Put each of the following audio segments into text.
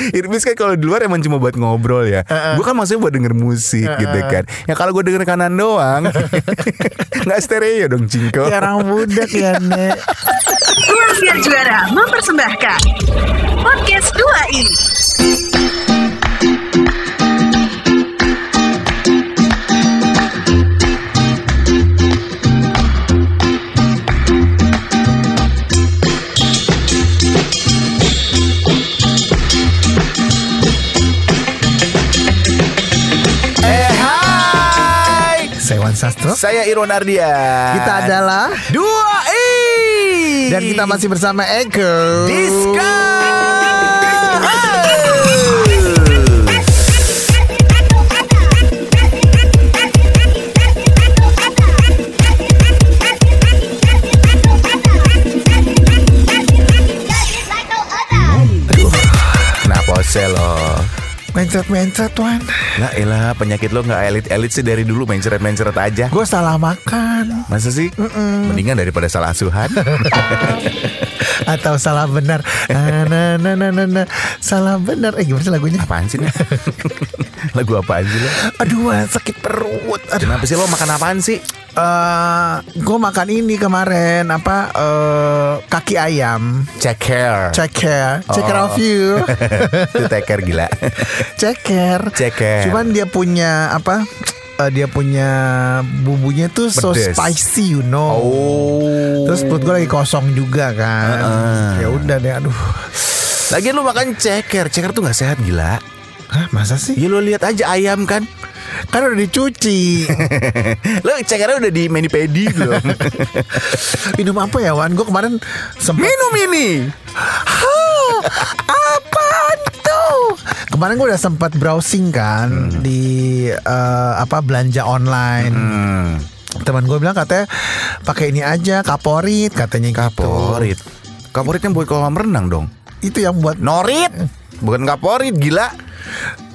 Earpiece kan kalau di luar emang cuma buat ngobrol ya. Gue kan maksudnya buat denger musik gitu kan. Ya kalau gue denger kanan doang, nggak stereo dong Cinko. Kayak orang budak ya Nek Ruang Siar Juara mempersembahkan Podcast 2 ini Eh hai Saya Wan Sastro Saya Iron Ardia. Kita adalah dua i Dan kita masih bersama Eko Diska. Nah, pose lo. Mencret-mencret Wan Lah elah penyakit lo nggak elit-elit sih dari dulu mencret-mencret aja. Gue salah makan Masa sih? Mendingan daripada salah asuhan. Atau salah benar Na, na, na, na, na, na. Salah benar Eh gimana sih lagunya apaan sih? Nek? Lagu apaan sih lo? Aduh Wan sakit perut Aduh Kenapa sih lo makan apaan sih? eh gue makan ini kemarin apa eh kaki ayam Ceker. ceker ceker Oh. of you Itu teker gila. ceker Ceker. cuman dia punya apa eh, dia punya bumbunya tuh so Pedes. spicy you know Oh. terus perut gue lagi kosong juga kan ya udah deh aduh Lagian lu makan ceker, ceker tuh nggak sehat gila. Hah, masa sih Ya lu lihat aja ayam kan. kan udah dicuci lu cekernya udah di mani pedi belum? minum apa ya Wan gue kemarin sempet Minum ini. Hah, apaan tuh? Kemarin gue udah sempat browsing kan Hmm. di eh, apa belanja online. Hmm, Teman gue bilang katanya pakai ini aja kaporit katanya gitu. Kaporit. Kaporit yang buat kolam renang dong. Itu yang buat Norit. Bukan kaporit gila.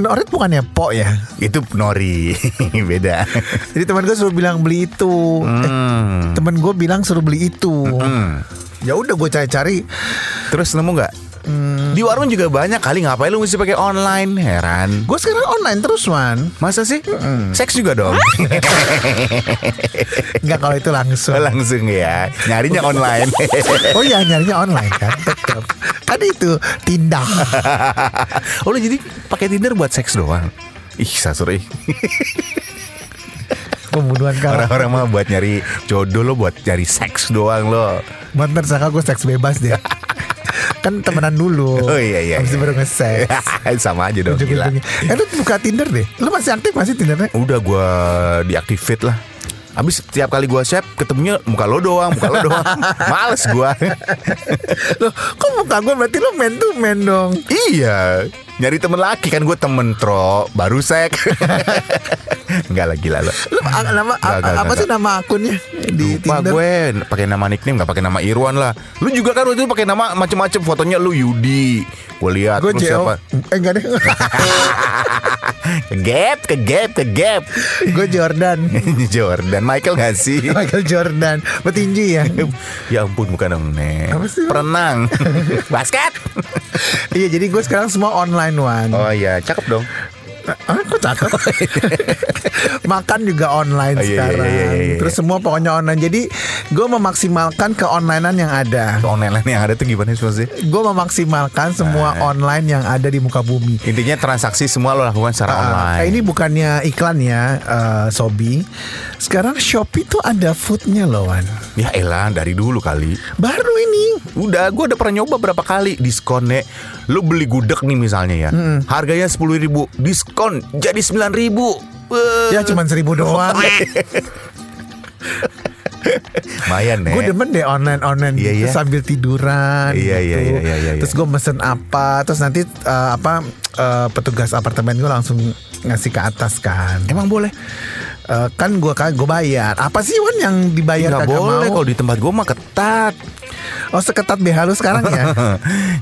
norit Nah, bukannya po ya. Itu nori. Beda. Jadi teman gue suruh bilang beli itu. Eh, Hmm. temen gue bilang suruh beli itu. Ya udah gue cari-cari. Terus nemu nggak? Di warung juga banyak kali ngapain lu mesti pakai online heran. Gue sekarang online terus man. Masa sih? Seks juga dong. Enggak kalau itu langsung. Langsung ya. Nyarinya online. Oh iya nyarinya online kan tetap. Kan itu tindak. oh lu jadi pakai Tinder buat seks doang. Ih, sasur ih. Pembunuhan kalah. Orang-orang mah buat nyari jodoh lo buat nyari seks doang lo. Buat tersangka gue seks bebas deh Kan temenan dulu Oh, iya, iya, Habis itu iya. baru nge-sex Sama aja dong gila. Ujung-ujungnya. Eh lu buka Tinder deh Lu masih aktif masih Tindernya Udah gua diaktifit lah. Habis tiap kali gua swipe ketemunya muka lo doang, muka lo doang. Males gua. Loh kok muka gue berarti lu man to man dong iya. Nyari temen laki kan gue temen tro baru sek. Enggak lah gila lo. Lu a- nama, a- Gak, gak, apa gak, sih nama akunnya di Lupa Tinder gue pakai nama nickname nggak pakai nama Irwan lah. Lu juga kan waktu itu pakai nama macem-macem fotonya lu Yudi. Gue lihat Gue lu JO siapa? Eh enggak deh Ke gap, ke gap, ke gap. Gue Jordan Jordan Michael gak sih? Michael Jordan Petinju ya ya ampun bukan dong Nek. Apa sih, Bang? Perenang, basket. Iya jadi gue sekarang semua online one Oh iya, cakep dong. Ah, kok cakep? Makan juga Oh, online iya, iya, sekarang. iya, iya, iya. Terus semua pokoknya online. Jadi gue memaksimalkan keonlinean yang ada. Online yang ada tuh gimana sih maksudnya? Gue memaksimalkan semua Nah. online yang ada di muka bumi. Intinya transaksi semua lo lakukan secara online. Ah, ini bukannya iklan ya, eh, Sobi. Sekarang Shopee tuh ada foodnya loh, Wan. Ya elah dari dulu kali. Baru ini. Udah, gue udah pernah nyoba berapa kali diskon Nek. Lu beli gudeg nih misalnya ya, harganya sepuluh ribu, diskon jadi sembilan ribu. Ya cuman seribu doang. Mayan Nek. Gue demen deh online online Eh. Iya, gitu iya. sambil tiduran Iya, iya, iya, gitu. iya, iya, Terus iya. gue mesen apa, terus nanti eh, apa eh, petugas apartemen gue langsung ngasih ke atas kan. Emang boleh? Eh, kan gue kan gue bayar. Apa sih Wan yang dibayar Nggak kagak boleh mau? kalau di tempat gue mah ketat. Oh seketat BH lu sekarang ya.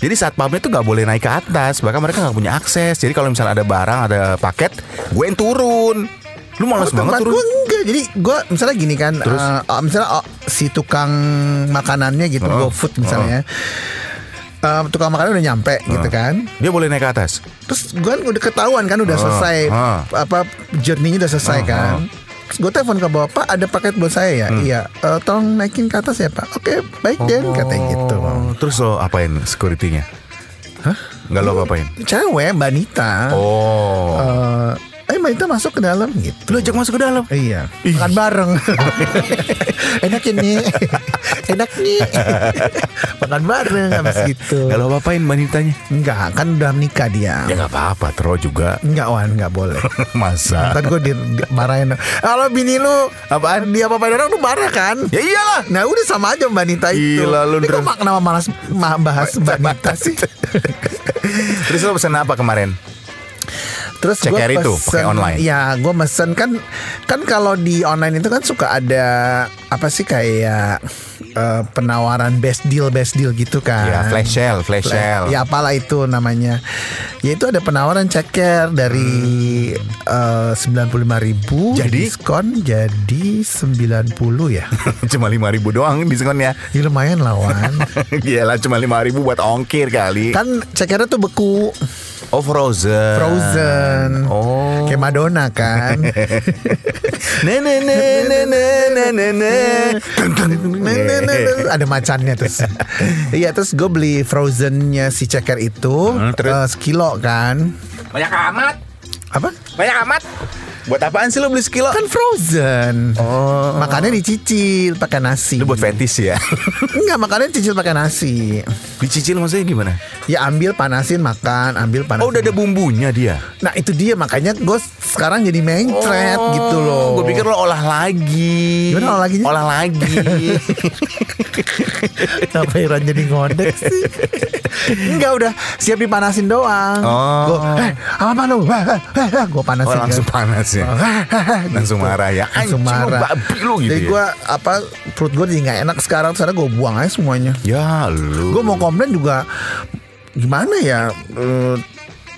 jadi saat pamit tuh nggak boleh naik ke atas, bahkan mereka nggak punya akses. Jadi kalau misalnya ada barang, ada paket, gue yang turun. Lu Oh, malas banget tempat turun. gue enggak Jadi gue misalnya gini kan Terus? eh, oh, Misalnya oh, si tukang makanannya gitu Heeh. GoFood misalnya eh Oh. eh, tukang makanan udah nyampe gitu kan Dia boleh naik ke atas. terus gue kan udah ketahuan kan udah Ah, selesai ah. apa journey-nya udah selesai Ah, Hmm. kan Terus gue telepon ke bapak Pak, ada paket buat saya ya iya eh, tolong naikin ke atas ya pak oke baik Den Oh. katanya gitu Terus lo apain security-nya? Hah? Enggak lo apain? cewek mbak Nita Oh. Eh, eh mbak Nita masuk ke dalam gitu Lo ajak masuk ke dalam. Iya, makan bareng. enak ini, enak nih. makan bareng habis gitu. Enggak Eh, lo apain wanitanya? Enggak, kan udah menikah dia. Ya enggak apa-apa, Tro juga. Enggak Wan, enggak boleh. Masa? Ntar gue dimarahin Kalau bini lu Apaan? Dia apa orang lu marah kan Ya iyalah. Nah udah sama aja Mbak Nita itu Gila, lu Ini kok dre- mak- kenapa malas ma- bahas Mbak Nita sih Terus lo pesan apa kemarin? Terus Cek gua carry tuh, pesen- pakai online. Ya gue mesen kan Kan kalau di online itu kan suka ada Apa sih kayak eh, Penawaran best deal Best deal gitu kan Ya flash sale, flash sale. Ya apalah itu namanya. Yaitu ada penawaran ceker dari sembilan puluh ribu Jadi? diskon jadi 90 ya. cuma 5000 doang diskonnya. Ya lumayan lah Wan. Gila cuma 5000 buat ongkir kali. kan cekernya tuh beku, Oh frozen. frozen. Oh. Kayak Madonna kan. Ne ne ne ne ne ne ne ne. Dun, dun, dun. Nen, nen, nen, nen. ada macannya terus. Iya terus gue beli frozennya si ceker itu terus? eh, sekilo kan. Banyak amat. Apa? Banyak amat. Buat apaan sih lo beli sekilo? Kan frozen. Oh. Makannya dicicil pakai nasi. Lu buat fetis ya? Enggak makannya cicil pakai nasi Dicicil maksudnya gimana? Ya ambil panasin makan Ambil panasin Oh udah ada bumbunya dia. Nah itu dia makanya gue sekarang jadi mencret gitu loh Gue Oh, pikir lo olah lagi. Gimana olah laginya? Olah lagi. Kenapa Iran jadi ngondek sih Enggak udah siap dipanasin doang Oh. Gua, eh, apa lu Gue panasin oh langsung kan. eh, panas ya. Langsung marah ya. gitu. Langsung Anjing, lu marah babi lu gitu Jadi ya. gue apa Perut gue jadi gak enak sekarang Sekarang gue buang aja semuanya Ya lu. Gue mau komplain juga Gimana ya eh,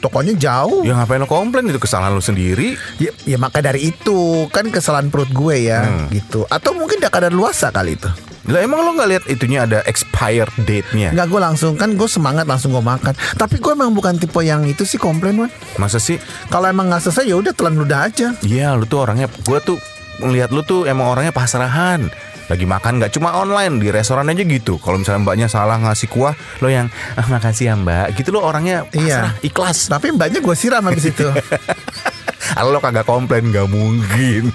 Tokonya jauh Ya ngapain lo komplain itu kesalahan lo sendiri. Ya, ya maka dari itu kan kesalahan perut gue ya Hmm. gitu. Atau mungkin udah kadar luasa kali itu. Lah emang lo nggak lihat itunya ada expired date-nya? Enggak gue langsung kan gue semangat langsung gue makan. Tapi gue emang bukan tipe yang itu sih komplain Wan. Masa sih? Kalau emang nggak selesai ya udah telan ludah aja. Iya lu tuh orangnya. Gue tuh melihat lu tuh emang orangnya pasrahan. Lagi makan nggak cuma online di restoran aja gitu. Kalau misalnya mbaknya salah ngasih kuah, lo yang ah makasih ya mbak. Gitu lo orangnya pasrah, Iya. ikhlas. Tapi mbaknya gue siram habis itu. Kalau lo kagak komplain gak mungkin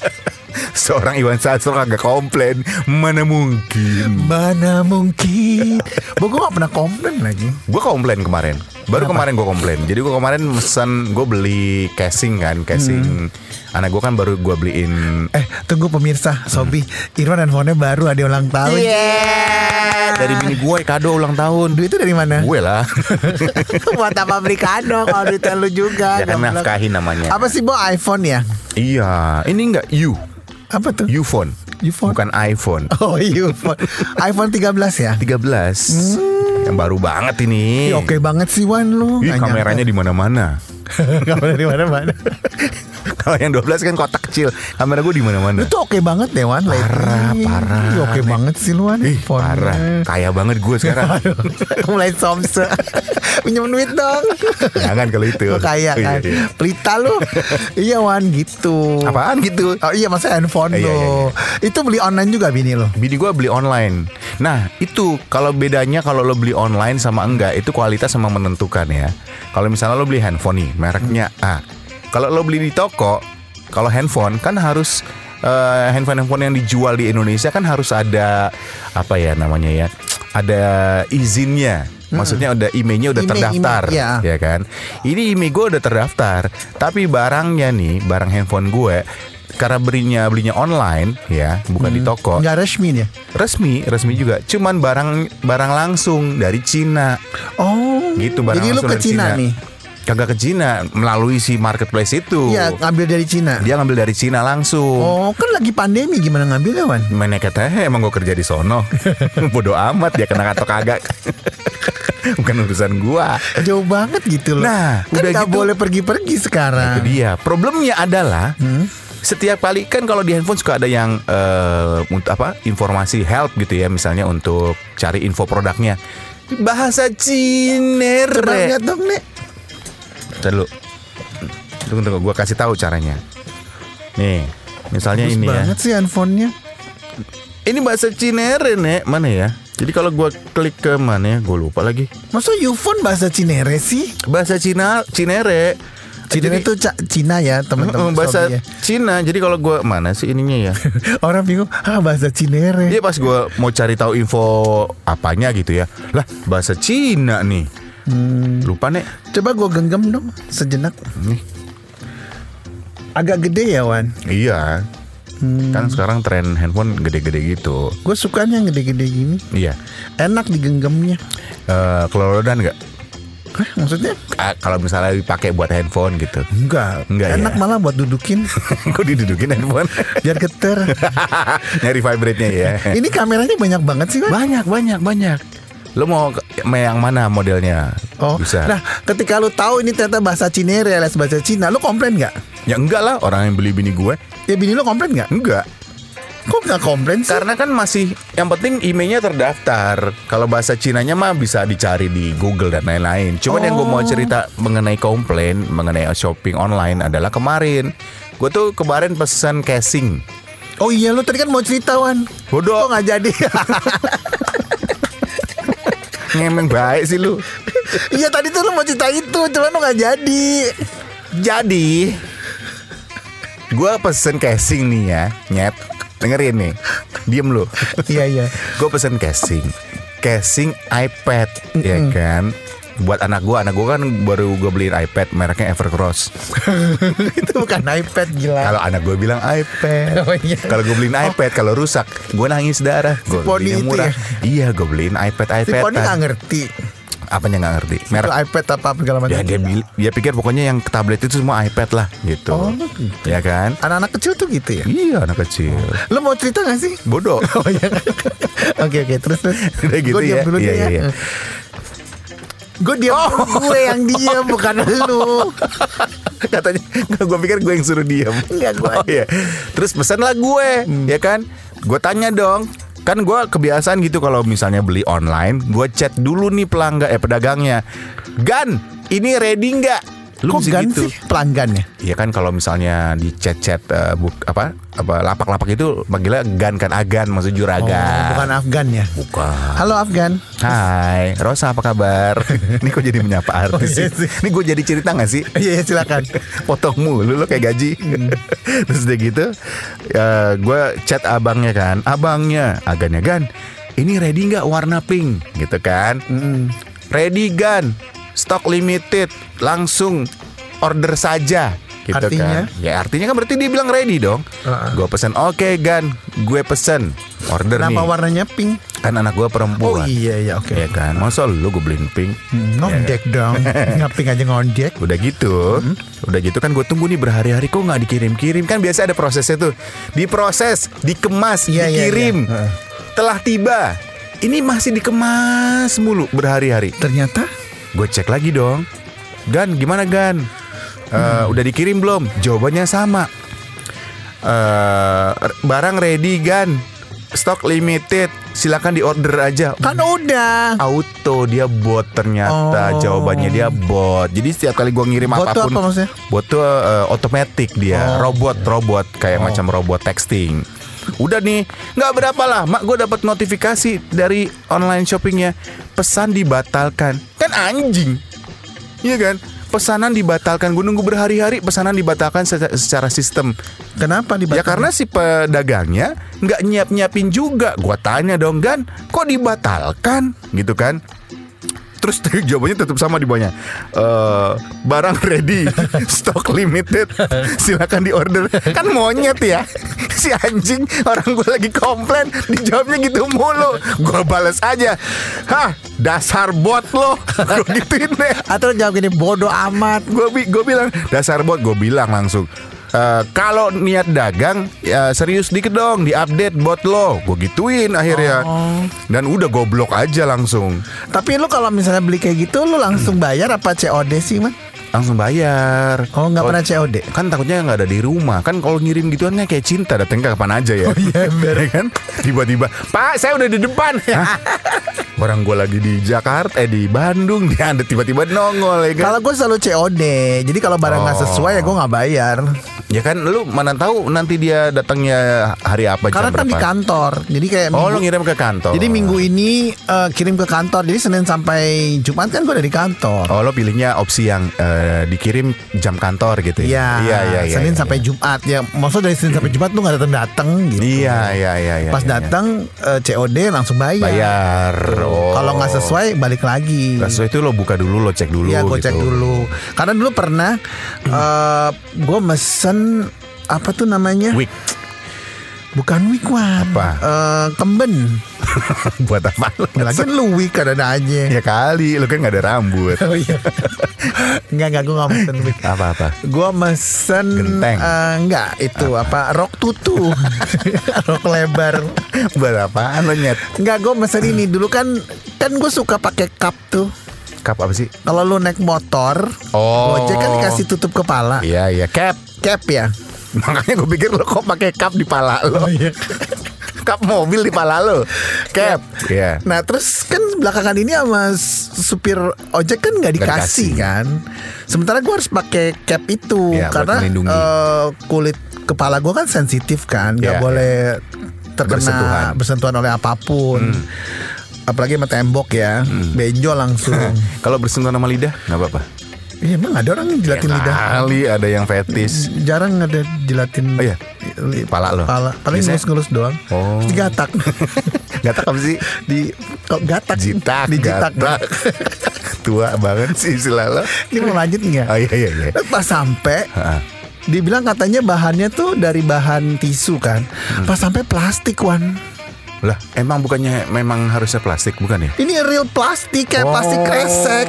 Seorang Iwan Sastro kagak komplain Mana mungkin Mana mungkin. Bo gue gak pernah komplain lagi. Gue komplain kemarin Baru kemarin gue komplain Jadi gue kemarin mesen Gue beli casing kan Hmm. Casing Anak gue kan baru gue beliin Eh tunggu pemirsa Sobi Irwan handphonenya baru ada ulang tahun. Eh, Dari bini gue ya, kado ulang tahun Duitnya dari mana? Gue lah Buat apa beli kado kalau duitnya lu juga. Ya kan goblok. nafkahin namanya Apa sih bo iPhone ya? Iya Ini enggak U Apa tuh? U phone iPhone. Bukan iPhone Oh iya iPhone. iPhone 13 ya? 13 Yang baru banget ini Ih, Hmm. Iya, Oke banget sih Wan lu. Ih, Nggak kameranya di mana-mana. nyangka. kamera di mana-mana. Kalau yang 12 kan kotak kecil. Kamera gue di mana-mana. lu tuh oke banget deh Wan. Parah, lighting. parah. Ih, Oke banget sih lu Wan. Ih, iPhone-nya. parah. Kaya banget gue sekarang. Mulai somse. Pinjam duit dong. Jangan kalau itu. Lu Oh, kaya iya, kan. iya. Pelita lu. iya Wan gitu. Apaan gitu? Oh iya maksudnya handphone Eh, iya, lu. iya, Itu beli online juga bini lu. Bini gue beli online. Nah itu kalau bedanya kalau lo beli online sama enggak itu kualitas sama menentukan ya. Kalau misalnya lo beli handphone nih mereknya A. Kalau lo beli di toko, kalau handphone kan harus handphone handphone yang dijual di Indonesia kan harus ada apa ya namanya ya, ada izinnya. Maksudnya ada IMEI-nya udah IMEI, terdaftar, IMEI, ya. ya kan? Ini IMEI gue udah terdaftar, tapi barangnya nih, barang handphone gue karena belinya belinya online ya, bukan di toko Enggak resmi ya? resmi resmi juga cuman barang barang langsung dari Cina Oh. gitu barang Jadi lu langsung ke dari Cina, nih. kagak ke Cina melalui si marketplace itu Iya, ngambil dari Cina. dia ngambil dari Cina langsung Oh, kan lagi pandemi gimana ngambilnya, Wan? Menek teh emang gue kerja di sono Bodoh amat dia kena atau kagak Bukan urusan gua Jauh banget gitu loh. Nah, kan udah nggak gitu- Nah, boleh pergi-pergi sekarang. Itu dia. Problemnya adalah Hmm? setiap kali kan kalau di handphone suka ada yang eh, untuk apa informasi help gitu ya misalnya untuk cari info produknya. bahasa Cinere. Coba lihat dong nih. Bentar dulu. Tunggu, tunggu. Gue kasih tahu caranya. Nih, misalnya Bagus ini ya. banget sih handphonenya. Ini bahasa Cinere, Nek. Mana ya? Jadi kalau gua klik ke mana ya? Gue lupa lagi. Masa Ufone bahasa Cinere sih? Bahasa Cina, Cinere. Cinere Jadi- itu Ca- Cina ya teman-teman. Mm, bahasa Sobi ya. Cina. Jadi kalau gua mana sih ininya ya? Orang bingung, ah bahasa Cinere. Dia pas gua mau cari tahu info apanya gitu ya. Lah, bahasa Cina nih. Hmm. Lupa nek. Coba gue genggam dong sejenak. Nih. Agak gede ya Wan. Iya. Hmm. Kan sekarang tren handphone gede-gede gitu. Gue sukanya yang gede-gede gini. Iya. Enak digenggamnya. Eh kelorodan nggak? Hah, maksudnya? Ah, kalau misalnya dipakai buat handphone gitu. Enggak. Enggak, Enak ya. malah buat dudukin. Kok didudukin handphone? biar geter. Nyari vibrate-nya ya. Ini kameranya banyak banget sih Wan. banyak, banyak, banyak. Lo mau ke- yang mana modelnya? Oh, bisa. nah ketika lu tahu ini ternyata bahasa Cinere alias bahasa Cina, lu komplain nggak? Ya enggak lah orang yang beli bini gue. Ya bini lu komplain nggak? Enggak. Kok nggak komplain sih? Karena kan masih yang penting emailnya terdaftar. Kalau bahasa Cinanya mah bisa dicari di Google dan lain-lain. Cuman yang gue mau cerita mengenai komplain mengenai shopping online adalah kemarin gue tuh kemarin pesan casing. Oh iya, lu tadi kan mau cerita Wan. Bodoh. Kok nggak jadi? Ngemeng baik sih lu. Iya tadi tuh lu mau cerita itu, cuman lu nggak jadi. Jadi gue pesen casing nih ya, nyet. Dengerin nih, diem lu. Iya iya. gue pesen casing casing iPad ya kan buat anak gue anak gue kan baru gue beliin iPad mereknya Evercross itu bukan iPad gila. kalau anak gue bilang iPad Oh, iya. kalau gue beliin iPad kalau rusak gue nangis darah gue Pony beliin yang itu murah ya? iya gue beliin iPad si iPad Pony nggak ngerti. apanya nggak ngerti Itu merek iPad apa segala macam. ya, dia bil- dia pikir pokoknya yang tablet itu semua iPad lah gitu Oh, gitu. ya kan Anak-anak kecil tuh gitu ya. iya anak kecil Lu mau cerita nggak sih? bodoh Oh iya. Oke oke terus terus. Udah gitu Gua diam ya. dulu Iya, deh iya, Oh. iya. ya. Gue diam dulu, gue yang diam bukan lu. katanya gue pikir gue yang suruh diam Enggak, gua Hmm. oh, iya. terus pesanlah gue ya kan gue tanya dong kan gue kebiasaan gitu kalau misalnya beli online gue chat dulu nih pelanggan eh pedagangnya gan ini ready nggak lu Kok mesti gan gitu sih ya? pelanggannya? Iya kan kalau misalnya di chat-chat eh, buk- apa apa lapak-lapak itu manggilnya gan kan agan maksud Oh, bukan juragan. Afgan ya. bukan. Halo Afgan. Hai, Rosa apa kabar? Ini kok jadi menyapa artis iya sih? Ini gue jadi cerita gak sih? Iya iya, silakan. potong mulu lo kayak gaji terus udah gitu ya gue chat abangnya kan abangnya agannya gan ini ready nggak warna pink gitu kan ready gan stok limited langsung order saja gitu Artinya? kan ya artinya kan berarti dia bilang ready dong Uh-uh. gue pesen oke gan gue pesen order Nama nih warnanya pink. kan anak gue Oh perempuan iya iya oke. ya kan masa lu gue beliin pink Hmm, Ngondek dong. Ngaping aja ngondek. Udah gitu, Hmm? udah gitu kan gue tunggu nih berhari-hari kok nggak dikirim-kirim kan biasa ada prosesnya tuh, diproses, dikemas, Iya, iya, dikirim, iya. Heeh. telah tiba, ini masih dikemas mulu berhari-hari. Ternyata Gue cek lagi dong, Gan gimana Gan, Eh, Hmm. udah dikirim belum? Jawabannya sama, Eh, barang ready Gan, stok limited, silakan diorder aja kan udah. auto dia bot ternyata Oh. jawabannya dia bot jadi setiap kali gua ngirim Bot tuh apapun apa maksudnya? bot tuh uh, automatic dia Oh. robot robot kayak macam robot texting udah nih nggak berapa lama gue dapat notifikasi dari online shoppingnya pesan dibatalkan kan anjing iya kan pesanan dibatalkan gue nunggu berhari-hari pesanan dibatalkan secara- secara sistem Kenapa dibatalkan? Ya karena si pedagangnya nggak nyiap nyiapin juga. Gua tanya dong Gan, kok dibatalkan gitu kan? Terus jawabannya tetap sama di bawahnya. Eh, barang ready, stok limited, silakan diorder. Kan monyet ya, si anjing orang gue lagi komplain, dijawabnya gitu mulu. Gue bales aja, hah dasar bot lo, gue gituin deh Atau Ah, jawab gini bodoh amat. gue bilang dasar bot gue bilang langsung "Eh, kalau niat dagang ya serius dikit dong diupdate bot lo gue gituin akhirnya Oh. dan udah goblok aja langsung Tapi lu kalau misalnya beli kayak gitu lu langsung bayar apa COD sih, Man? langsung bayar. Oh, nggak pernah COD? Kan takutnya nggak ada di rumah. Kan kalau ngirim gituan kan kayak cinta datangnya kapan aja ya. Oh, iya, bener. Ya kan? Tiba-tiba, "Pak, saya udah di depan." Hah? Orang gue lagi di Jakarta, eh di Bandung, dia ada tiba-tiba nongol ya kan. Kalau gue selalu COD, jadi kalau barang Oh. nggak sesuai ya gue nggak bayar. Ya kan lu mana tahu nanti dia datangnya hari apa Karena jam kan di berapa. kantor, jadi kayak Oh, lu minggu- ngirim ke kantor. Jadi minggu ini eh, kirim ke kantor, jadi Senin sampai Jumat kan gue ada di kantor. Oh, lo pilihnya opsi yang eh, dikirim jam kantor gitu ya. Iya, Senin sampai Jumat ya. Maksud dari Senin sampai Jumat tuh nggak datang datang gitu. Iya, iya, iya, iya. Pas iya, iya. datang eh, COD langsung bayar. bayar. Oh. Kalau nggak sesuai balik lagi. Nggak sesuai itu lo buka dulu, lo cek dulu Iya, gue gitu. cek dulu. Karena dulu pernah eh gue mesen apa tuh namanya? Week Bukan week one. Apa? Eh, kemben. buat apa? lo? Lagian lu week ada aja. Ya kali, lo kan nggak ada rambut. Oh iya. Enggak enggak gue nggak mesen week. Apa-apa? Gue mesen Ah. Genteng. Ah. eh, enggak itu apa? rok tutu. rok lebar. buat apaan lo nyet? Enggak gue mesen ini dulu kan kan gue suka pakai cup tuh. Cup apa sih? Kalau lu naik motor, Oh. Gojek kan dikasih tutup kepala. Iya, iya. Cap. Cap ya. Makanya gue pikir lo kok pakai cup di pala lo. Oh, iya. cup mobil di pala lo. Cap. Iya. Nah terus kan belakangan ini sama s- supir ojek kan nggak Nggak dikasih dikasih. kan. Sementara gue harus pakai cap itu Ya, buat karena melindungi. eh, kulit kepala gue kan sensitif kan, Ya, nggak boleh terkena Bersentuhan. Hmm. bersentuhan, oleh apapun. Apalagi sama tembok ya, benjol langsung. Kalau bersentuhan sama lidah nggak apa-apa. Iya emang ada orang yang jilatin Iya, lidah. Kali ada yang fetis. Jarang ada jilatin Oh iya? li- Pala lo? Pala. Paling Biasanya- ngelus-ngelus doang. Oh. Terus Digatak. Gak apa sih? di kok gatak Jitak, di jitak. gatak. Tua banget sih istilah lo. Ini mau lanjut nggak? Kan Oh iya iya iya. Pas sampai Ha-ha. dibilang katanya bahannya tuh dari bahan tisu kan. Hmm. Pas sampai plastik wan. Lah, emang bukannya memang harusnya plastik bukan ya? Ini real plastik kayak Ya, plastik Oh, kresek.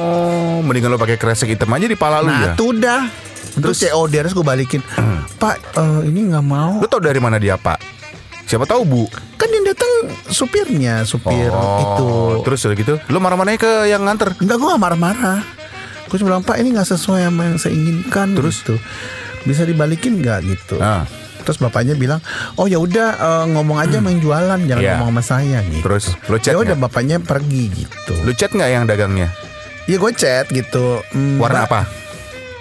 Mendingan lo pakai kresek hitam aja di pala lu Nah, ya. itu dah. Terus COD harus gue balikin. Hmm. Pak, eh, ini nggak mau. Lo tau dari mana dia, Pak? Siapa tahu, Bu. Kan yang datang supirnya, supir Oh. itu. Terus udah gitu, lo marah-marahnya ke yang nganter. Enggak, gue gak marah-marah. Gue cuma bilang, Pak ini gak sesuai sama yang saya inginkan. Terus tuh bisa dibalikin nggak gitu? Ah. Terus bapaknya bilang, oh ya udah eh, ngomong aja main jualan, jangan Iya. ngomong sama saya gitu. Terus, lu chat ya udah nggak? bapaknya pergi gitu. Lo chat nggak yang dagangnya? Iya gue chat gitu. "Hmm, Warna Mbak, apa?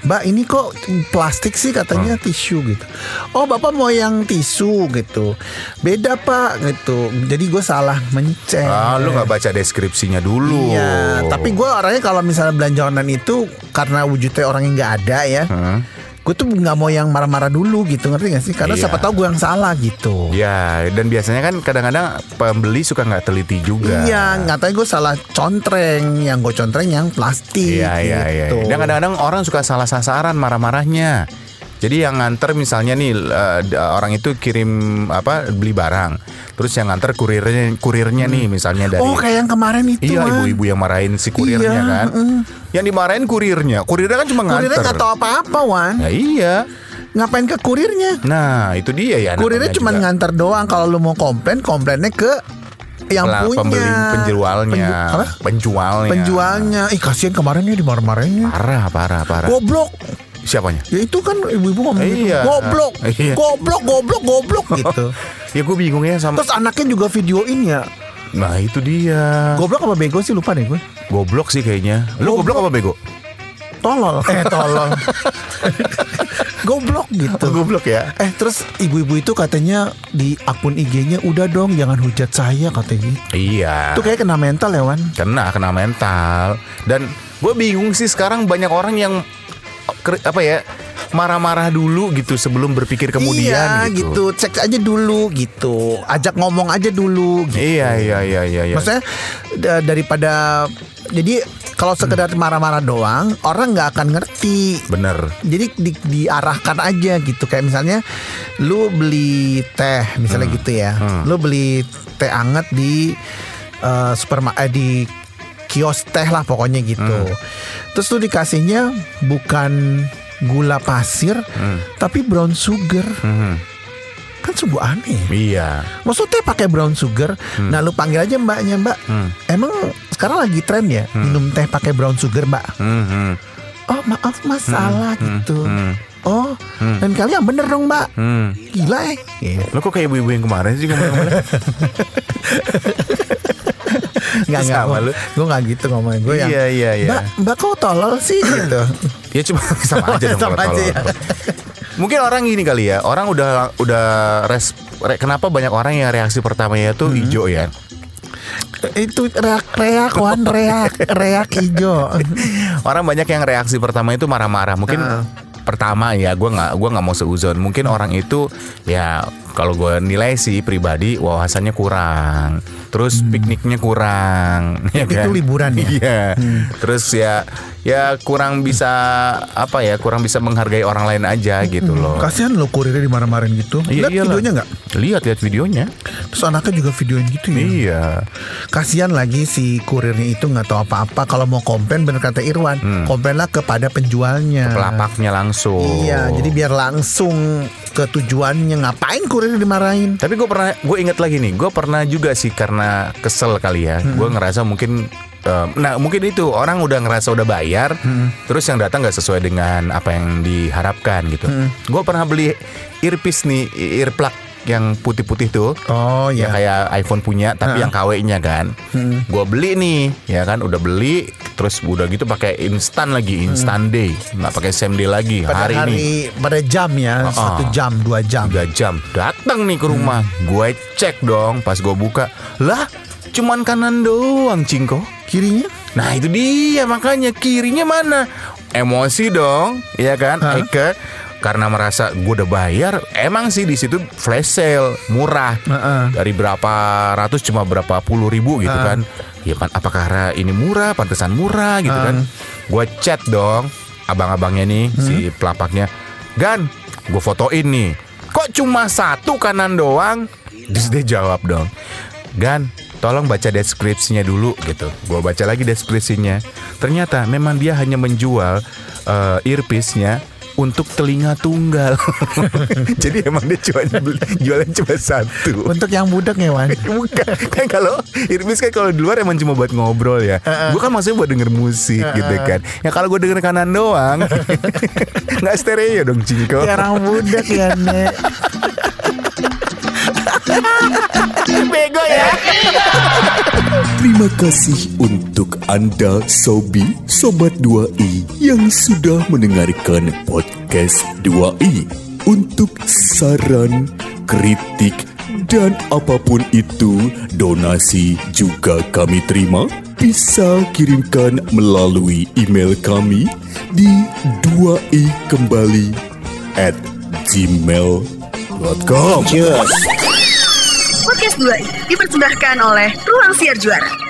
Mbak ini kok plastik sih Hmm. katanya tisu gitu. Oh bapak mau yang tisu gitu. Beda pak gitu. Jadi gue salah mencet. Ah, lo nggak baca deskripsinya dulu. Iya, tapi gue orangnya kalau misalnya belanja online itu karena wujudnya orang yang nggak ada ya. Gue tuh nggak mau yang marah-marah dulu gitu, ngerti gak sih? Karena Iya. siapa tahu gue yang salah gitu. Ya, dan biasanya kan kadang-kadang pembeli suka nggak teliti juga. Iya, ngatain gue salah contreng, yang gue contreng yang plastik Iya, iya, iya. gitu. Dan kadang-kadang orang suka salah sasaran marah-marahnya. Jadi yang nganter misalnya nih eh, d- orang itu kirim apa beli barang, terus yang nganter kurirnya kurirnya nih misalnya dari Oh, kayak yang kemarin itu. iya Man. ibu-ibu yang marahin si kurirnya Iya, kan, mm. yang dimarahin kurirnya, kurirnya kan cuma nganter. Kurirnya nggak tahu apa-apa, Wan. Nah, iya, Ngapain ke kurirnya? nah itu dia ya. Kurirnya namanya cuma juga. ngantar doang. Kalau lu mau komplain, komplainnya ke yang Pela- punya pembeli penjualnya, Iya. Penju- apa? penjualnya, penjualnya. Ih, kasihan kemarin ya dimarah-marahinnya. Parah, parah, parah. Goblok. Siapanya? Ya itu kan ibu-ibu ngomong gitu. Nah. Iya. Goblok. Iya. Goblok, goblok, goblok gitu. Ya gue bingungnya sama. Terus anaknya juga videoin ya. Nah itu dia. Goblok apa bego sih lupa deh gue. Goblok sih kayaknya. Lu goblok, apa bego? Tolol. Eh, tolol. goblok gitu. Goblok ya. Eh terus ibu-ibu itu katanya di akun IG-nya udah dong jangan hujat saya katanya. gitu. Iya. Itu kayak kena mental ya Wan. Kena kena mental. Dan gue bingung sih sekarang banyak orang yang ker- apa ya marah-marah dulu gitu sebelum berpikir iya, kemudian gitu. gitu. Cek aja dulu gitu. Ajak ngomong aja dulu gitu. Iya iya iya iya. iya. Maksudnya da- daripada jadi kalau sekedar marah-marah doang orang nggak akan ngerti. bener. Jadi di- diarahkan aja gitu kayak misalnya lu beli teh misalnya gitu ya. Lu beli teh anget di eh, superma eh, di kios teh lah pokoknya gitu. Terus lu dikasihnya bukan gula pasir tapi brown sugar. Kan sungguh aneh. ya. Iya. Maksudnya pakai brown sugar. Hmm. Nah, lu panggil aja Hmm. mbaknya, Mbak. Emang sekarang lagi tren ya minum teh pakai brown sugar, Mbak. Mhm. oh maaf mas salah gitu oh dan kali yang bener dong mbak Hmm. gila eh Gitu. Lo kok kayak ibu-ibu yang kemarin sih ngomong-ngomong? nggak nggak Sama lu. gue nggak gitu ngomongin gue yang Iya, iya, iya. mbak mbak kok tolol sih gitu ya cuma sama aja dong Sama kalau aja tolol. ya. Mungkin orang gini kali ya, orang udah udah res, re- kenapa banyak orang yang reaksi pertamanya tuh Hmm. hijau ya? itu reak reak wan reak reak ijo Orang banyak yang reaksi pertama itu marah-marah. Mungkin Ah. pertama ya, gue nggak gua nggak mau seuzon. Mungkin orang itu ya kalau gue nilai sih pribadi wawasannya kurang, terus pikniknya kurang, ya Hmm. Itu liburan ya? Iya. Terus ya ya kurang bisa apa ya, kurang bisa menghargai orang lain aja gitu loh. kasihan lo kurirnya dimarah-marahin gitu Hmm. lihat Iya, iyalah. videonya nggak Hmm. Lihat lihat videonya. terus anaknya juga videoin gitu ya Iya. Kasihan lagi si kurirnya itu nggak tahu apa-apa. Kalau mau komplain bener kata Irwan, Hmm. komplainlah kepada penjualnya. Pelapaknya langsung. Iya, jadi biar langsung ke tujuannya. Ngapain kurir dimarahin? Tapi gue pernah, gue inget lagi nih, gue pernah juga sih karena kesel kali ya. Hmm. Gue ngerasa mungkin, eh, nah mungkin itu orang udah ngerasa udah bayar, Hmm. terus yang datang nggak sesuai dengan apa yang diharapkan gitu. Hmm. Gue pernah beli earpiece nih, earplug yang putih-putih tuh. Oh Ya ya. kayak iPhone punya tapi yang KW-nya kan. Hmm. Gua beli nih, ya kan udah beli terus udah gitu pakai instan lagi, instan day. nggak pakai same day lagi hari, Pada Hmm. hari, ini. pada jam ya, Uh-uh. satu jam, dua jam. Tiga jam datang nih ke rumah. Hmm. Gue cek dong pas gue buka. Lah, cuman kanan doang, Cingko. Kirinya? Nah, itu dia makanya kirinya mana? Emosi dong, ya kan? Hah? Eke karena merasa gue udah bayar, emang sih di situ flash sale murah Heeh. dari berapa ratus cuma berapa puluh ribu gitu kan? Ya kan? Apa karena ini murah, pantesan murah gitu kan? Gue chat dong, abang-abangnya nih si Hmm? pelapaknya, Gan, gue fotoin nih. Kok cuma satu kanan doang? Terus dia jawab dong, Gan, tolong baca deskripsinya dulu gitu. Gue baca lagi deskripsinya. Ternyata memang dia hanya menjual eh, earpiece-nya untuk telinga tunggal. Jadi emang dia cuma beli- jualan cuma satu. Untuk yang budak ya, Wan. Bukan kan kalau earpiece kan kalau di luar emang cuma buat ngobrol ya. Gue kan maksudnya buat denger musik gitu kan. Ya kalau gue denger kanan doang, nggak stereo dong Cingko. Ya, orang budak ya, Nek. Bego ya. Terima kasih untuk Anda Sobi Sobat 2i yang sudah mendengarkan podcast 2i. Untuk saran, kritik, dan apapun itu, donasi juga kami terima. Bisa kirimkan melalui email kami di 2i kembali at gmail.com. Podcast 2 dipersembahkan oleh Ruang Siar Juara.